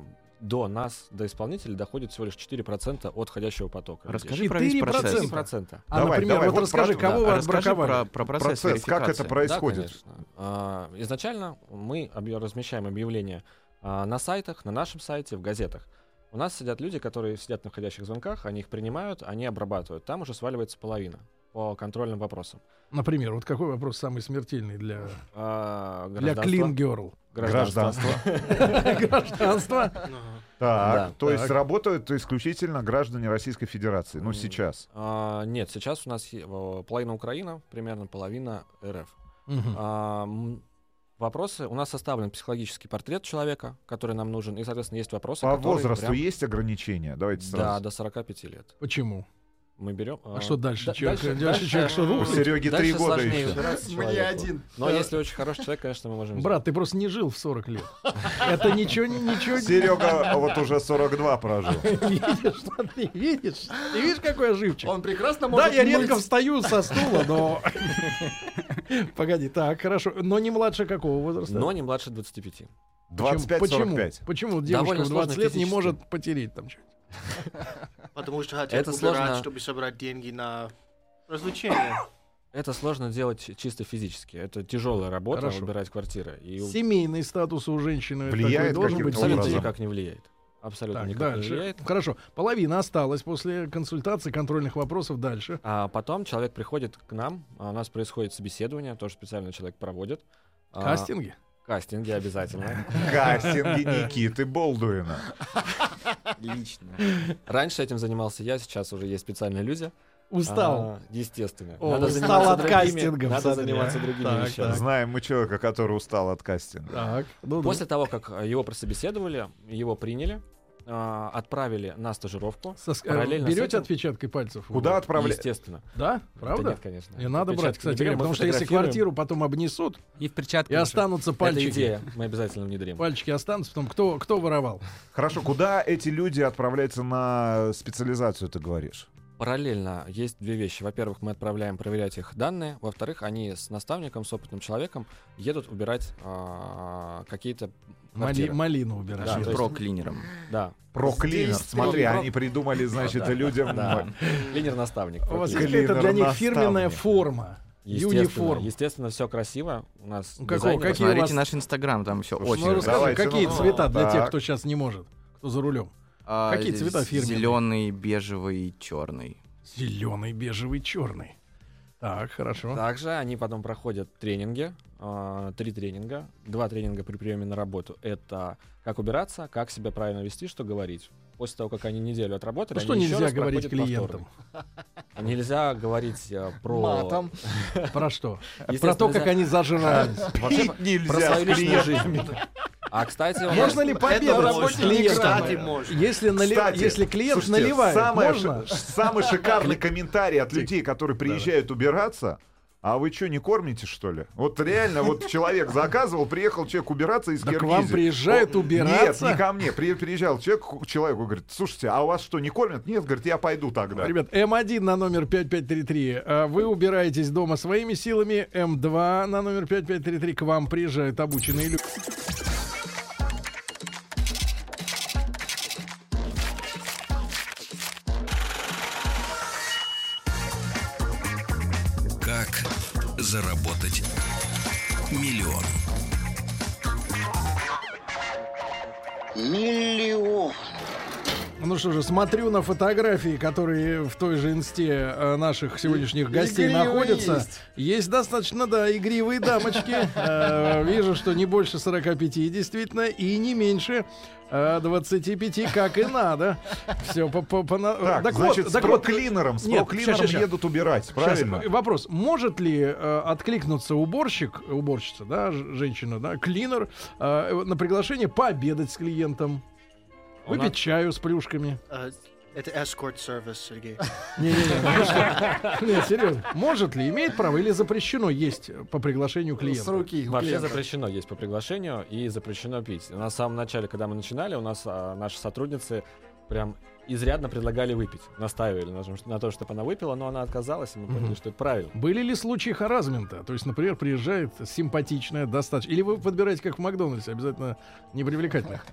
B: до нас, до исполнителей, доходит всего лишь 4% от входящего потока.
F: Расскажи
C: Четыре
F: про весь
C: процента.
F: процесс.
B: 4%.
C: А,
E: Давай,
C: например,
E: давай,
C: вот,
E: вот
C: расскажи,
E: про-
C: кого
F: Да, а
C: вы
F: расскажи
C: отбраковали?
F: про, про процесс,
E: Процесс, как это
F: верификации.
B: Да,
E: происходит?
B: конечно. А, Изначально мы объ- размещаем объявления а, на сайтах, на нашем сайте, в газетах. У нас сидят люди, которые сидят на входящих звонках, они их принимают, они обрабатывают. Там уже сваливается половина по контрольным вопросам.
C: Например, вот какой вопрос самый смертельный для,
B: А,
C: для
B: гражданство-
C: Clean Girl?
E: Гражданство.
C: Гражданство?
D: Ага.
E: Так,
B: Да,
E: то есть
C: так.
E: работают исключительно граждане Российской Федерации. Ну,
B: М.
E: сейчас.
B: А, Нет, сейчас у нас е- э, половина Украина, примерно половина РФ.
C: Мгм.
B: А, м, вопросы. У нас составлен психологический портрет человека, который нам нужен, и, соответственно, есть вопросы.
E: По
B: которые
E: возрасту
B: прям-
E: есть ограничения? Давайте
B: Да,
E: сразу.
B: до 45 лет.
C: Почему?
B: Мы берем...
C: А что дальше? Человек-
B: дальше-
C: дальше человек что,
E: У
C: рухнет?
E: Сереги три
B: Дальше
E: года
B: сложнее
E: еще.
B: выбирать
H: Мне
B: человеку.
H: один.
B: Но если очень хороший человек, конечно, мы можем...
C: Брат, ты просто не жил в 40 лет. Это ничего, не- ничего не...
E: Серега вот уже 42 прожил.
C: Видишь, что ты видишь? Ты видишь, какой оживчик?
H: Он прекрасно
C: Да,
H: может
C: я редко
H: мыть.
C: встаю со стула, но... Погоди, так, хорошо. Но не младше какого возраста?
B: Но не младше 25.
C: Почему?
E: 25-45.
C: Почему девушка
B: Довольно
C: в 20
B: сложно
C: лет не
B: физически.
C: может потереть там что-то?
D: Потому что хотят
B: Это
D: убирать,
B: сложно.
D: чтобы собрать деньги на развлечения.
B: Это сложно делать чи- чисто физически. Это тяжелая работа,
C: Хорошо.
B: убирать квартиры. И у-
C: Семейный статус у женщины такой
E: Влияет
C: должен быть
E: каким-то
B: абсолютно
E: образом.
B: никак не влияет. Абсолютно
C: Так,
B: никак
C: дальше.
B: не влияет.
C: Хорошо. Половина осталась после консультации, контрольных вопросов. Дальше.
B: А потом человек приходит к нам, а у нас происходит собеседование, тоже специально человек проводит. А,
C: Кастинги?
B: Кастинги обязательно.
E: Кастинги Никиты Болдуина.
F: Лично.
B: Раньше этим занимался я, сейчас уже есть специальные люди.
C: Устал.
B: А, естественно.
C: О,
B: Надо
C: устал
B: заниматься
C: от
B: другими-
C: кастингов,
B: Надо
C: смотри,
B: заниматься
C: а.
B: другими
C: Так,
B: вещами.
C: так.
E: Знаем мы человека, который устал от кастинга.
C: Так. ну,
B: А. После того, как э, его прособеседовали, его приняли, а, отправили на стажировку.
C: ну. Со ск- э,
B: параллельно с
C: берете
B: этим-
C: отпечатки пальцев?
E: Куда отправлять?
B: Естественно.
C: Да?
B: Да
C: Правда?
B: нет, конечно.
C: Не надо брать,
B: Отпечатки
C: кстати
B: не
C: говоря,
B: берем, мы
C: потому что если
B: фотографируем.
C: квартиру потом обнесут
G: И в перчатках.
C: и
G: уже.
C: останутся
B: Это
C: пальчики.
B: идея, мы обязательно внедрим.
C: Пальчики останутся, потом кто, кто воровал?
E: Хорошо, куда эти люди отправляются на специализацию, ты говоришь?
B: Параллельно есть две вещи. Во-первых, мы отправляем проверять их данные. Во-вторых, они с наставником, с опытным человеком едут убирать а, какие-то
C: Мали-
B: квартиры.
C: малину убирать.
B: Да,
F: С
B: то есть-
F: Проклинером.
B: Да,
E: Про клинер. Смотри,
B: ты-
E: они придумали, значит,
B: Да,
E: людям...
B: да. Линер-наставник.
C: У вас
E: Клинер
C: есть ли это для них
E: наставник.
C: фирменная форма?
B: Естественно,
C: юниформ?
B: Естественно, все красиво. У нас
C: Ну, какого-
B: дизайнеры.
C: какие у вас-
F: Смотрите наш инстаграм, там все
E: Слушай,
F: очень.
C: Ну,
F: красиво.
C: расскажи,
E: Давайте,
C: какие
E: ну,
C: цвета для
E: так.
C: тех, кто сейчас не может, кто за рулем?
F: А,
C: Какие цвета фирменные?
F: Зеленый, бежевый, черный.
C: Зеленый, бежевый, черный. Так, хорошо.
B: Также они потом проходят тренинги, а, три тренинга, два тренинга при приеме на работу. Это как убираться, как себя правильно вести, что говорить. После того, как они неделю отработали,
C: Ну, что
B: они ещё
C: нельзя
B: раз
C: говорить
B: проходят
C: клиентам?
B: повторный. Нельзя говорить э, про
H: Матом.
C: Про что? Про
B: Естественно,
C: то, как
B: нельзя.
C: они зажирались.
B: Вообще,
E: Пить нельзя
B: про свою
E: с
B: личную
E: клиентами.
B: жизнь. А кстати, у нас-
C: Можно ли побегать
D: можно. Э,
C: с клиентом?
D: Кстати, можно.
C: Если, нали-
E: Кстати,
C: если клиент
E: слушайте,
C: наливает,
E: самое
C: можно?
E: ши- самый шикарный комментарий от людей, которые приезжают убираться. А вы что, не кормите, что ли? Вот реально, вот человек заказывал, приехал человек убираться из
C: Да к
E: Киргизии.
C: вам приезжают
E: О,
C: убираться?
E: Нет, не ко мне. При- Приезжал человек, к человеку говорит, слушайте, а у вас что, не кормят? Нет, говорит, я пойду тогда.
C: Ребят, М1 на номер 5533. а, Вы убираетесь дома своими силами. М2 на номер 5533. К вам приезжают обученные люди.
A: Как заработать миллион?
C: Ну что же, смотрю на фотографии, которые в той же инсте э, наших сегодняшних гостей находятся. Есть. достаточно, да, игривые дамочки. Э, Вижу, что не больше 45, действительно, и не меньше э, 25, как и надо. Все, по, по, по на-
E: Так,
C: Так вот,
E: значит, с
C: так вот,
E: проклинером, с
C: Нет,
E: проклинером
C: щас, щас, щас.
E: едут убирать, правильно?
C: Щас, э, вопрос. Может ли э, откликнуться уборщик, уборщица, да, ж- женщина, да, клинер, э, на приглашение пообедать с клиентом?
B: у нас-
C: Выпить чаю с плюшками.
D: Э, Это escort сервис, Сергей.
C: Не-не-не, Нет, серьезно. Может ли, имеет право или запрещено есть по приглашению
H: С
C: клиента?
H: руки. у
B: Вообще
H: клиента.
B: запрещено есть по приглашению и запрещено пить. На самом начале, когда мы начинали, у нас а, наши сотрудницы прям изрядно предлагали выпить. Настаивали на, том, что- на то, чтобы она выпила, но она отказалась, и мы поняли,
C: Мгм.
B: что это правильно.
C: Были ли случаи харазмента? То есть, например, приезжает симпатичная, достаточно... Или вы подбираете, как в Макдональдсе, обязательно непривлекательных.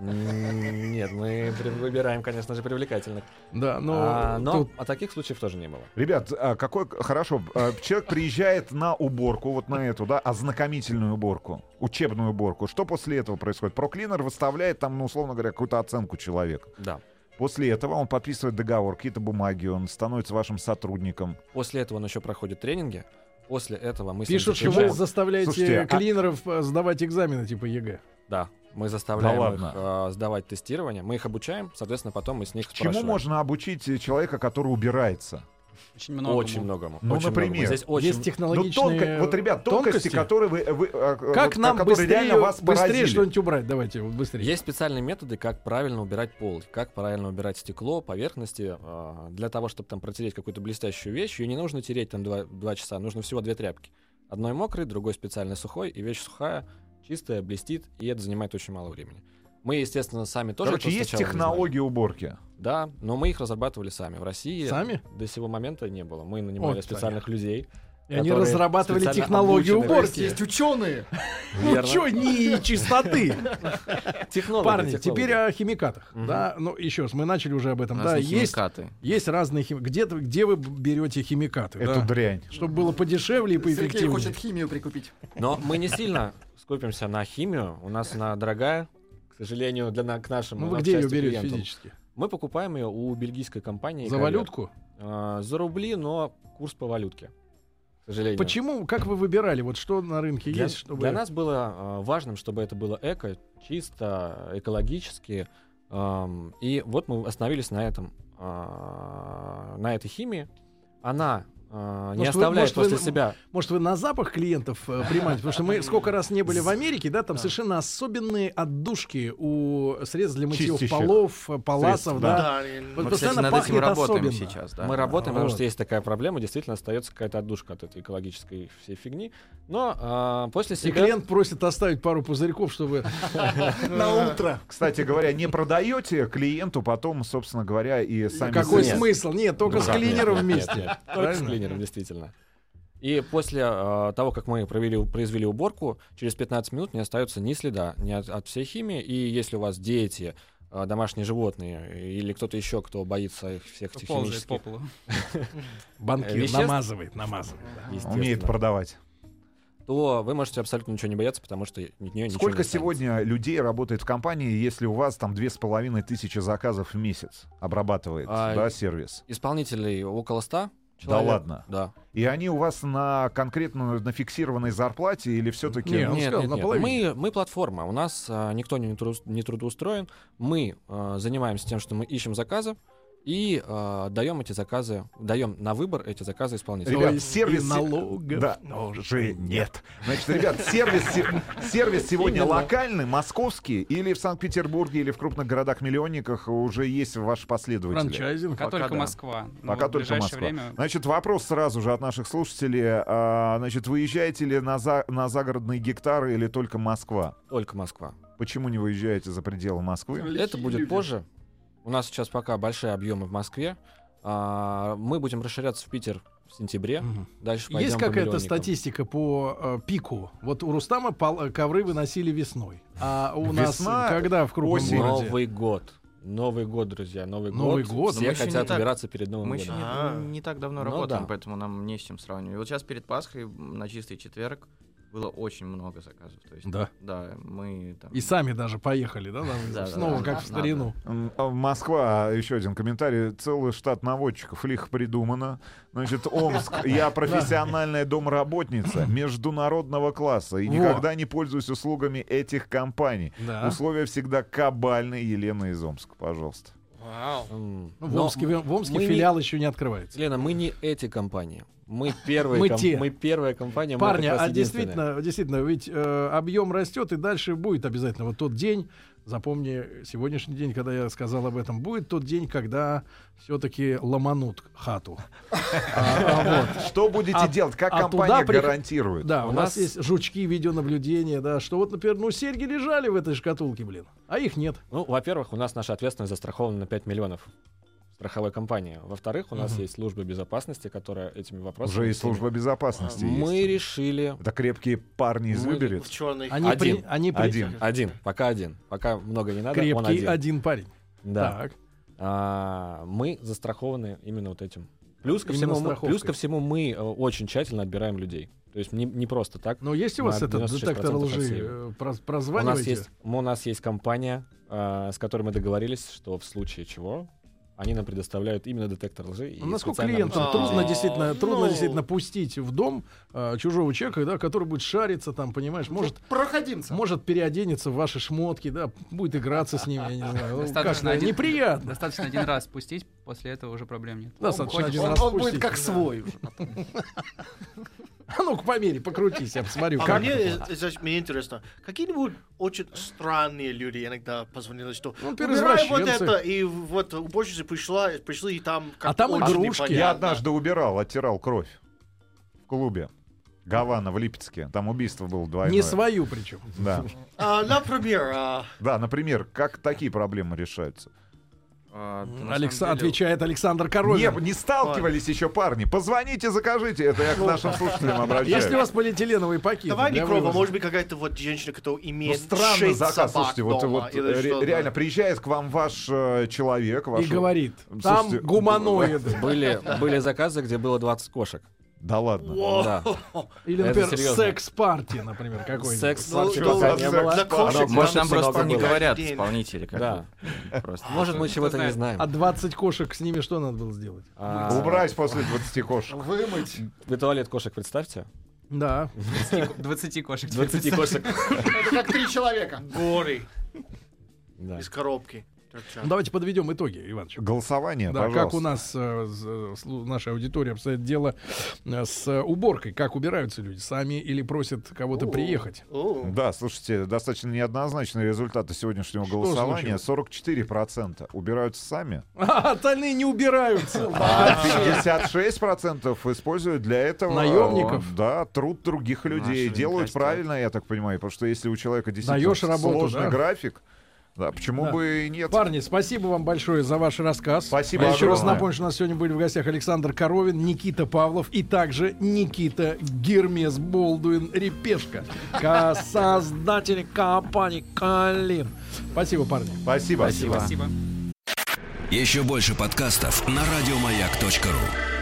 B: М, Нет, мы при- выбираем, конечно же, привлекательных.
C: Да, но...
B: А, Но
C: Ну, тут-
B: а таких случаев тоже не было.
E: Ребят, а какой хорошо, а, человек приезжает на уборку, вот на эту, да, ознакомительную уборку, учебную уборку. Что после этого происходит? Проклинер выставляет там, ну, условно говоря, какую-то оценку человека.
B: Да.
E: После этого он подписывает договор, какие-то бумаги, он становится вашим сотрудником.
B: После этого он еще проходит тренинги. После этого мы с ним
C: Пишут, что вы
B: заключаем-
C: заставляете
E: Слушайте, а-
C: клинеров э, сдавать экзамены типа ЕГЭ.
B: Да, мы заставляем
E: Да
B: их э, сдавать тестирование, мы их обучаем, соответственно, потом мы с них
E: Чему
B: спрашиваем.
E: можно обучить э, человека, который убирается?
G: Очень много.
B: Очень многому.
E: Ну,
B: очень
E: например.
B: многому. Здесь очень...
C: Есть
E: Ну,
C: технологичные
E: тонко, вот, ребят, тонкости, которые вы, вы, а,
C: Как
E: вот,
C: нам
E: которые
C: быстрее,
E: реально вас
C: быстрее
E: поразили.
C: что-нибудь убрать? Давайте вот быстрее.
B: Есть специальные методы, как правильно убирать пол, как правильно убирать стекло, поверхности. А, Для того, чтобы там протереть какую-то блестящую вещь, ее не нужно тереть там два, два часа, нужно всего две тряпки. Одной мокрой, другой специально сухой, и вещь сухая, чистая, блестит, и это занимает очень мало времени. Мы, естественно, сами тоже
E: Короче,
B: это
E: есть
B: сначала не знали.
E: технологии уборки.
B: Да, но мы их разрабатывали сами. В России
C: Сами?
B: до сего момента не было. Мы нанимали
C: Вот
B: специальных людей.
C: И Они
B: которые
C: разрабатывали
B: специально
C: технологию
B: обучены
C: уборки.
D: ученые.
C: Ну
B: Верно.
C: чё, не чистоты.
B: Технологи,
C: Парни,
B: технологи.
C: теперь о химикатах.
B: Мгм.
C: Да, ну еще раз, мы начали уже об
F: У
C: этом.
F: нас
C: Да,
F: не
C: есть,
F: химикаты.
C: есть разные хим... Где, ты- где вы берете химикаты?
E: Эту
C: да?
E: дрянь.
C: Чтобы было подешевле и
D: Сергей
C: поэффективнее.
D: хочет химию прикупить.
B: Но мы не сильно скупимся на химию. У нас она дорогая, к сожалению, для на- к нашему.
C: Ну вы
B: на
C: где ее
B: счастью,
C: берете
B: клиентам.
C: физически?
B: Мы покупаем ее у бельгийской компании.
C: За
B: «Икавер».
C: валютку?
B: А, за рубли, но курс по валютке. К сожалению.
C: Почему? Как вы выбирали? Вот что на рынке
B: Для,
C: есть, чтобы...
B: для нас было а, важным, чтобы это было эко, чисто, экологически. Ам, и вот мы остановились на этом, а, на этой химии. Она а, не
C: Может, вы-
B: оставляет
C: может, вы-
B: после себя
C: Может, вы на запах клиентов э, приманиваете? Потому что мы сколько раз не были в Америке, да, там совершенно особенные отдушки у средств для мытья
E: Чистящих
C: полов, э, паласов,
E: Средств,
C: да.
D: Да, они-
C: Вот
F: Мы, кстати,
C: постоянно
F: над этим
C: пахнет
F: работаем
C: особенно.
F: сейчас, да.
B: Мы работаем, потому
C: Вот.
B: что есть такая проблема, действительно остается какая-то отдушка от этой экологической всей фигни. Но а, после
C: И
B: себя...
C: клиент просит оставить пару пузырьков, чтобы
D: На утро.
E: Кстати говоря, не продаете клиенту потом, собственно говоря, и сами...
C: Какой
E: себе.
B: Нет.
C: смысл? Нет, только
B: Ну
C: с
B: да,
C: клинером
B: нет, нет,
C: вместе.
B: нет, Только с
C: Правильно?
B: клинером, действительно. И после а, того, как мы провели, произвели уборку, через 15 минут не остается ни следа ни от, от всей химии. И если у вас дети, а, домашние животные или кто-то еще, кто боится их всех этих
G: Ползает
B: химических...
G: по
B: э,
G: полу.
C: Банкир
B: Веществ?
C: намазывает, намазывает. да.
B: естественно,
E: Умеет продавать.
B: то вы можете абсолютно ничего не бояться, потому что от нее ничего
E: Сколько
B: не останется.
E: сегодня людей работает в компании, если у вас там две с половиной тысячи заказов в месяц обрабатывает
B: А,
E: да, сервис?
B: Исполнителей около 100
E: Да
B: человек.
E: ладно.
B: Да.
E: И они у вас на конкретно на фиксированной зарплате или все-таки...
C: Не, Я вам
B: Нет,
C: ну, сказал,
B: нет, нет.
C: наполовину.
B: Мы, мы платформа, у нас а, никто не, тру- не трудоустроен. Мы а, занимаемся тем, что мы ищем заказы и а, даем эти заказы, даем на выбор эти заказы исполнителям.
E: Ребят,
C: Ой,
E: сервис
C: и налогов
E: да,
C: тоже
E: уже нет. Значит, ребят, сервис, се- сервис сегодня
C: Именно.
E: локальный, московский, или в Санкт-Петербурге, или в крупных городах-миллионниках уже есть ваши последователи.
C: Франчайзинг.
G: Пока только
F: да.
G: Москва. Но
E: Пока
G: вот в
E: только
G: ближайшее
E: Москва.
G: время
E: Значит, вопрос сразу же от наших слушателей. А, значит, выезжаете ли на, за- на загородные гектары или только Москва?
B: Только Москва.
E: Почему не выезжаете за пределы Москвы?
D: Лихие
B: Это будет
D: люди.
B: позже. У нас сейчас пока большие объемы в Москве. А, мы будем расширяться в Питер в сентябре. Дальше пойдем
C: Есть
B: по
C: какая-то
B: миллионникам.
C: статистика по э, пику? Вот у Рустама пол- э, ковры выносили весной. А у нас
E: Весна,
C: когда в крупном
E: осень.
C: городе?
B: Новый год. Новый год, друзья, Новый год.
C: Новый год.
B: Все
F: Мы еще не
B: хотят
F: так-
B: убираться перед Новым
F: Мы еще
B: годом.
F: не,
D: А.
F: не так давно
B: Ну
F: работаем,
B: да.
F: поэтому нам не с чем сравнивать. Вот сейчас перед Пасхой м, на чистый четверг было очень много заказов. То есть,
C: Да.
F: да, мы там...
C: И сами даже поехали, да? там,
F: Да, да,
C: Снова
F: да.
C: как в старину.
E: М, а, Москва, еще один комментарий. Целый штат наводчиков, лихо придумано. Значит, Омск. Я профессиональная домработница международного класса и
C: Во.
E: никогда не пользуюсь услугами этих компаний.
C: Да.
E: Условия всегда кабальные. Елена из Омска, пожалуйста.
D: Вау.
B: М,
C: Ну, В
B: но-
C: Омске, в Омске
B: мы не-
C: филиал еще не открывается.
B: Лена, мы не эти компании. Мы первые,
C: Мы
B: ком-
C: те.
B: мы первая компания. мы
C: Парни,
B: как раз
C: а
B: единственная.
C: действительно, действительно, ведь э, объем растет, и дальше будет обязательно. Вот тот день, запомни, сегодняшний день, когда я сказал об этом, будет тот день, когда все-таки ломанут хату. А, а вот.
E: Что будете
C: А-
E: делать? Как
C: а туда
E: компания
C: прих-
E: гарантирует?
C: Да, у,
B: У
C: нас
B: нас-
C: есть жучки видеонаблюдения, да, что вот, например, ну серьги лежали в этой шкатулке, блин, а их нет.
B: Ну, во-первых, у нас наша ответственность застрахована на 5 миллионов страховой компании. Во-вторых, у нас
C: Мгм.
B: есть служба безопасности, которая этими вопросами...
E: Уже и
B: всеми-
E: служба безопасности
B: Мы
E: есть.
B: решили...
E: Это крепкие парни из
B: Мы-
D: В
E: Выберет.
D: черной.
C: Они
B: Один.
C: при- они при-
E: Один.
B: Один, пока один. Пока много не надо,
C: крепкий
B: он
C: один.
B: один.
C: парень.
B: Да.
C: Так.
B: А, мы застрахованы именно вот этим. Плюс ко,
C: Именно
B: всему, мы-
C: страховкой.
B: плюс ко всему мы э, очень тщательно отбираем людей. То есть не, не просто так.
C: Но есть у
B: На
C: вас этот
B: 96%
C: детектор лжи?
B: отсеиваем.
C: э, проз-
B: У нас,
C: Прозваниваете?
B: есть, у нас есть компания, а, с которой мы договорились, что в случае чего они нам предоставляют именно детектор лжи. и
C: Ну, Насколько
B: специально
C: клиентам
D: обучение.
C: трудно
D: А,
C: действительно, трудно
D: ну.
C: действительно пустить в дом э, чужого человека, да, который будет шариться там, понимаешь,
D: Ну,
C: может,
D: Проходимца.
C: может переоденется в ваши шмотки, да, будет играться с ними, я не знаю, ну,
G: Достаточно
C: как-то
G: один-
C: неприятно.
G: Достаточно один раз спустить, после этого уже проблем нет.
C: Достаточно
G: Уходишь
C: один
G: сразу.
C: раз
D: Он, он будет
C: пустить,
D: как
C: да.
D: свой уже.
C: А ну-ка помери, покрутись, я посмотрю.
D: А
C: как
D: мне,
C: это.
D: э, значит, мне интересно, какие-нибудь очень странные люди иногда позвонили, что
C: Ну,
D: убирай вот
C: перезвращенцы».
D: это, и вот уборщица пришла, пришли, и там как-то
C: А там
D: очень
C: игрушки.
D: непонятно.
E: Я однажды убирал, оттирал кровь в клубе. Гавана в Липецке. Там убийство было двойное.
C: Не свою причем.
E: Да.
D: А, например, а,
E: да, например, как такие проблемы решаются?
F: А, да, на самом
C: Алекс...
F: деле-
C: Отвечает Александр
E: Не,
C: Коровин.
E: не сталкивались еще парни. Позвоните, закажите. Это я к нашим слушателям обращаюсь.
C: Ну, Если у вас полиэтиленовый пакет.
D: давай
C: для
D: не крова,
C: вывоза.
D: может быть, какая-то вот женщина, которая
E: Ну,
D: имеет
E: странный
D: шесть
E: заказ,
D: собак
E: слушайте, вот,
D: дома,
E: вот э,
D: или
E: ре-
D: что-то.
E: реально приезжает к вам ваш э, человек, ваш...
C: И говорит,
E: Ну, Слушайте, ну,
C: там гуманоиды.
B: Были, были заказы, где было 20 кошек.
E: Да ладно.
D: Во.
B: Да.
C: Или,
B: Это
C: например,
B: серьезно.
C: секс-партия, например, какой-нибудь.
B: Секс
D: Ну,
B: партии
D: ну,
B: пока
E: секс-
B: не было.
D: Для кошек
B: Оно-
F: Может,
B: Кошек
D: там
F: нам просто
B: много
F: не
B: было.
F: говорят
D: День.
F: исполнители. как
B: Да.
F: бы. Просто.
B: Может, мы
G: Кто
B: чего-то не
G: знает.
B: знаем.
C: А 20 кошек с ними что надо было сделать?
B: А,
E: Убрать после 20 кошек.
H: Вымыть.
B: Вы туалет кошек представьте.
C: Да.
G: 20 кошек.
B: 20 кошек.
H: Это как три человека.
D: горы
B: Да.
D: из коробки.
C: Ну, давайте подведем итоги, Иванович.
E: Голосование,
C: Да,
E: пожалуйста.
C: как у нас э, с- э, слу- наша аудитория обстоит дело э, с э, уборкой, как убираются люди сами или просят кого-то приехать.
D: О,
E: Да, слушайте, достаточно неоднозначные результаты сегодняшнего
C: Что
E: голосования. 44% убираются сами,
C: А остальные не убираются.
E: а 56% используют для этого...
C: Наемников?
E: э, Да, труд других людей.
F: Наши
E: Делают
F: костяк.
E: правильно, я так понимаю, потому что если у человека действительно
C: Даешь работу,
E: сложный
C: да?
E: график, да, почему
C: Да.
E: бы и нет?
C: Парни, спасибо вам большое за ваш рассказ.
E: Спасибо
C: Я еще раз
E: огромное.
C: напомню, что у нас сегодня были в гостях Александр Коровин, Никита Павлов и также Никита Гермес Болдуин Репешка, ко- создатель компании Калин. Спасибо, парни.
E: Спасибо.
G: Спасибо.
B: Спасибо.
A: Еще больше подкастов на радиомаяк.ру.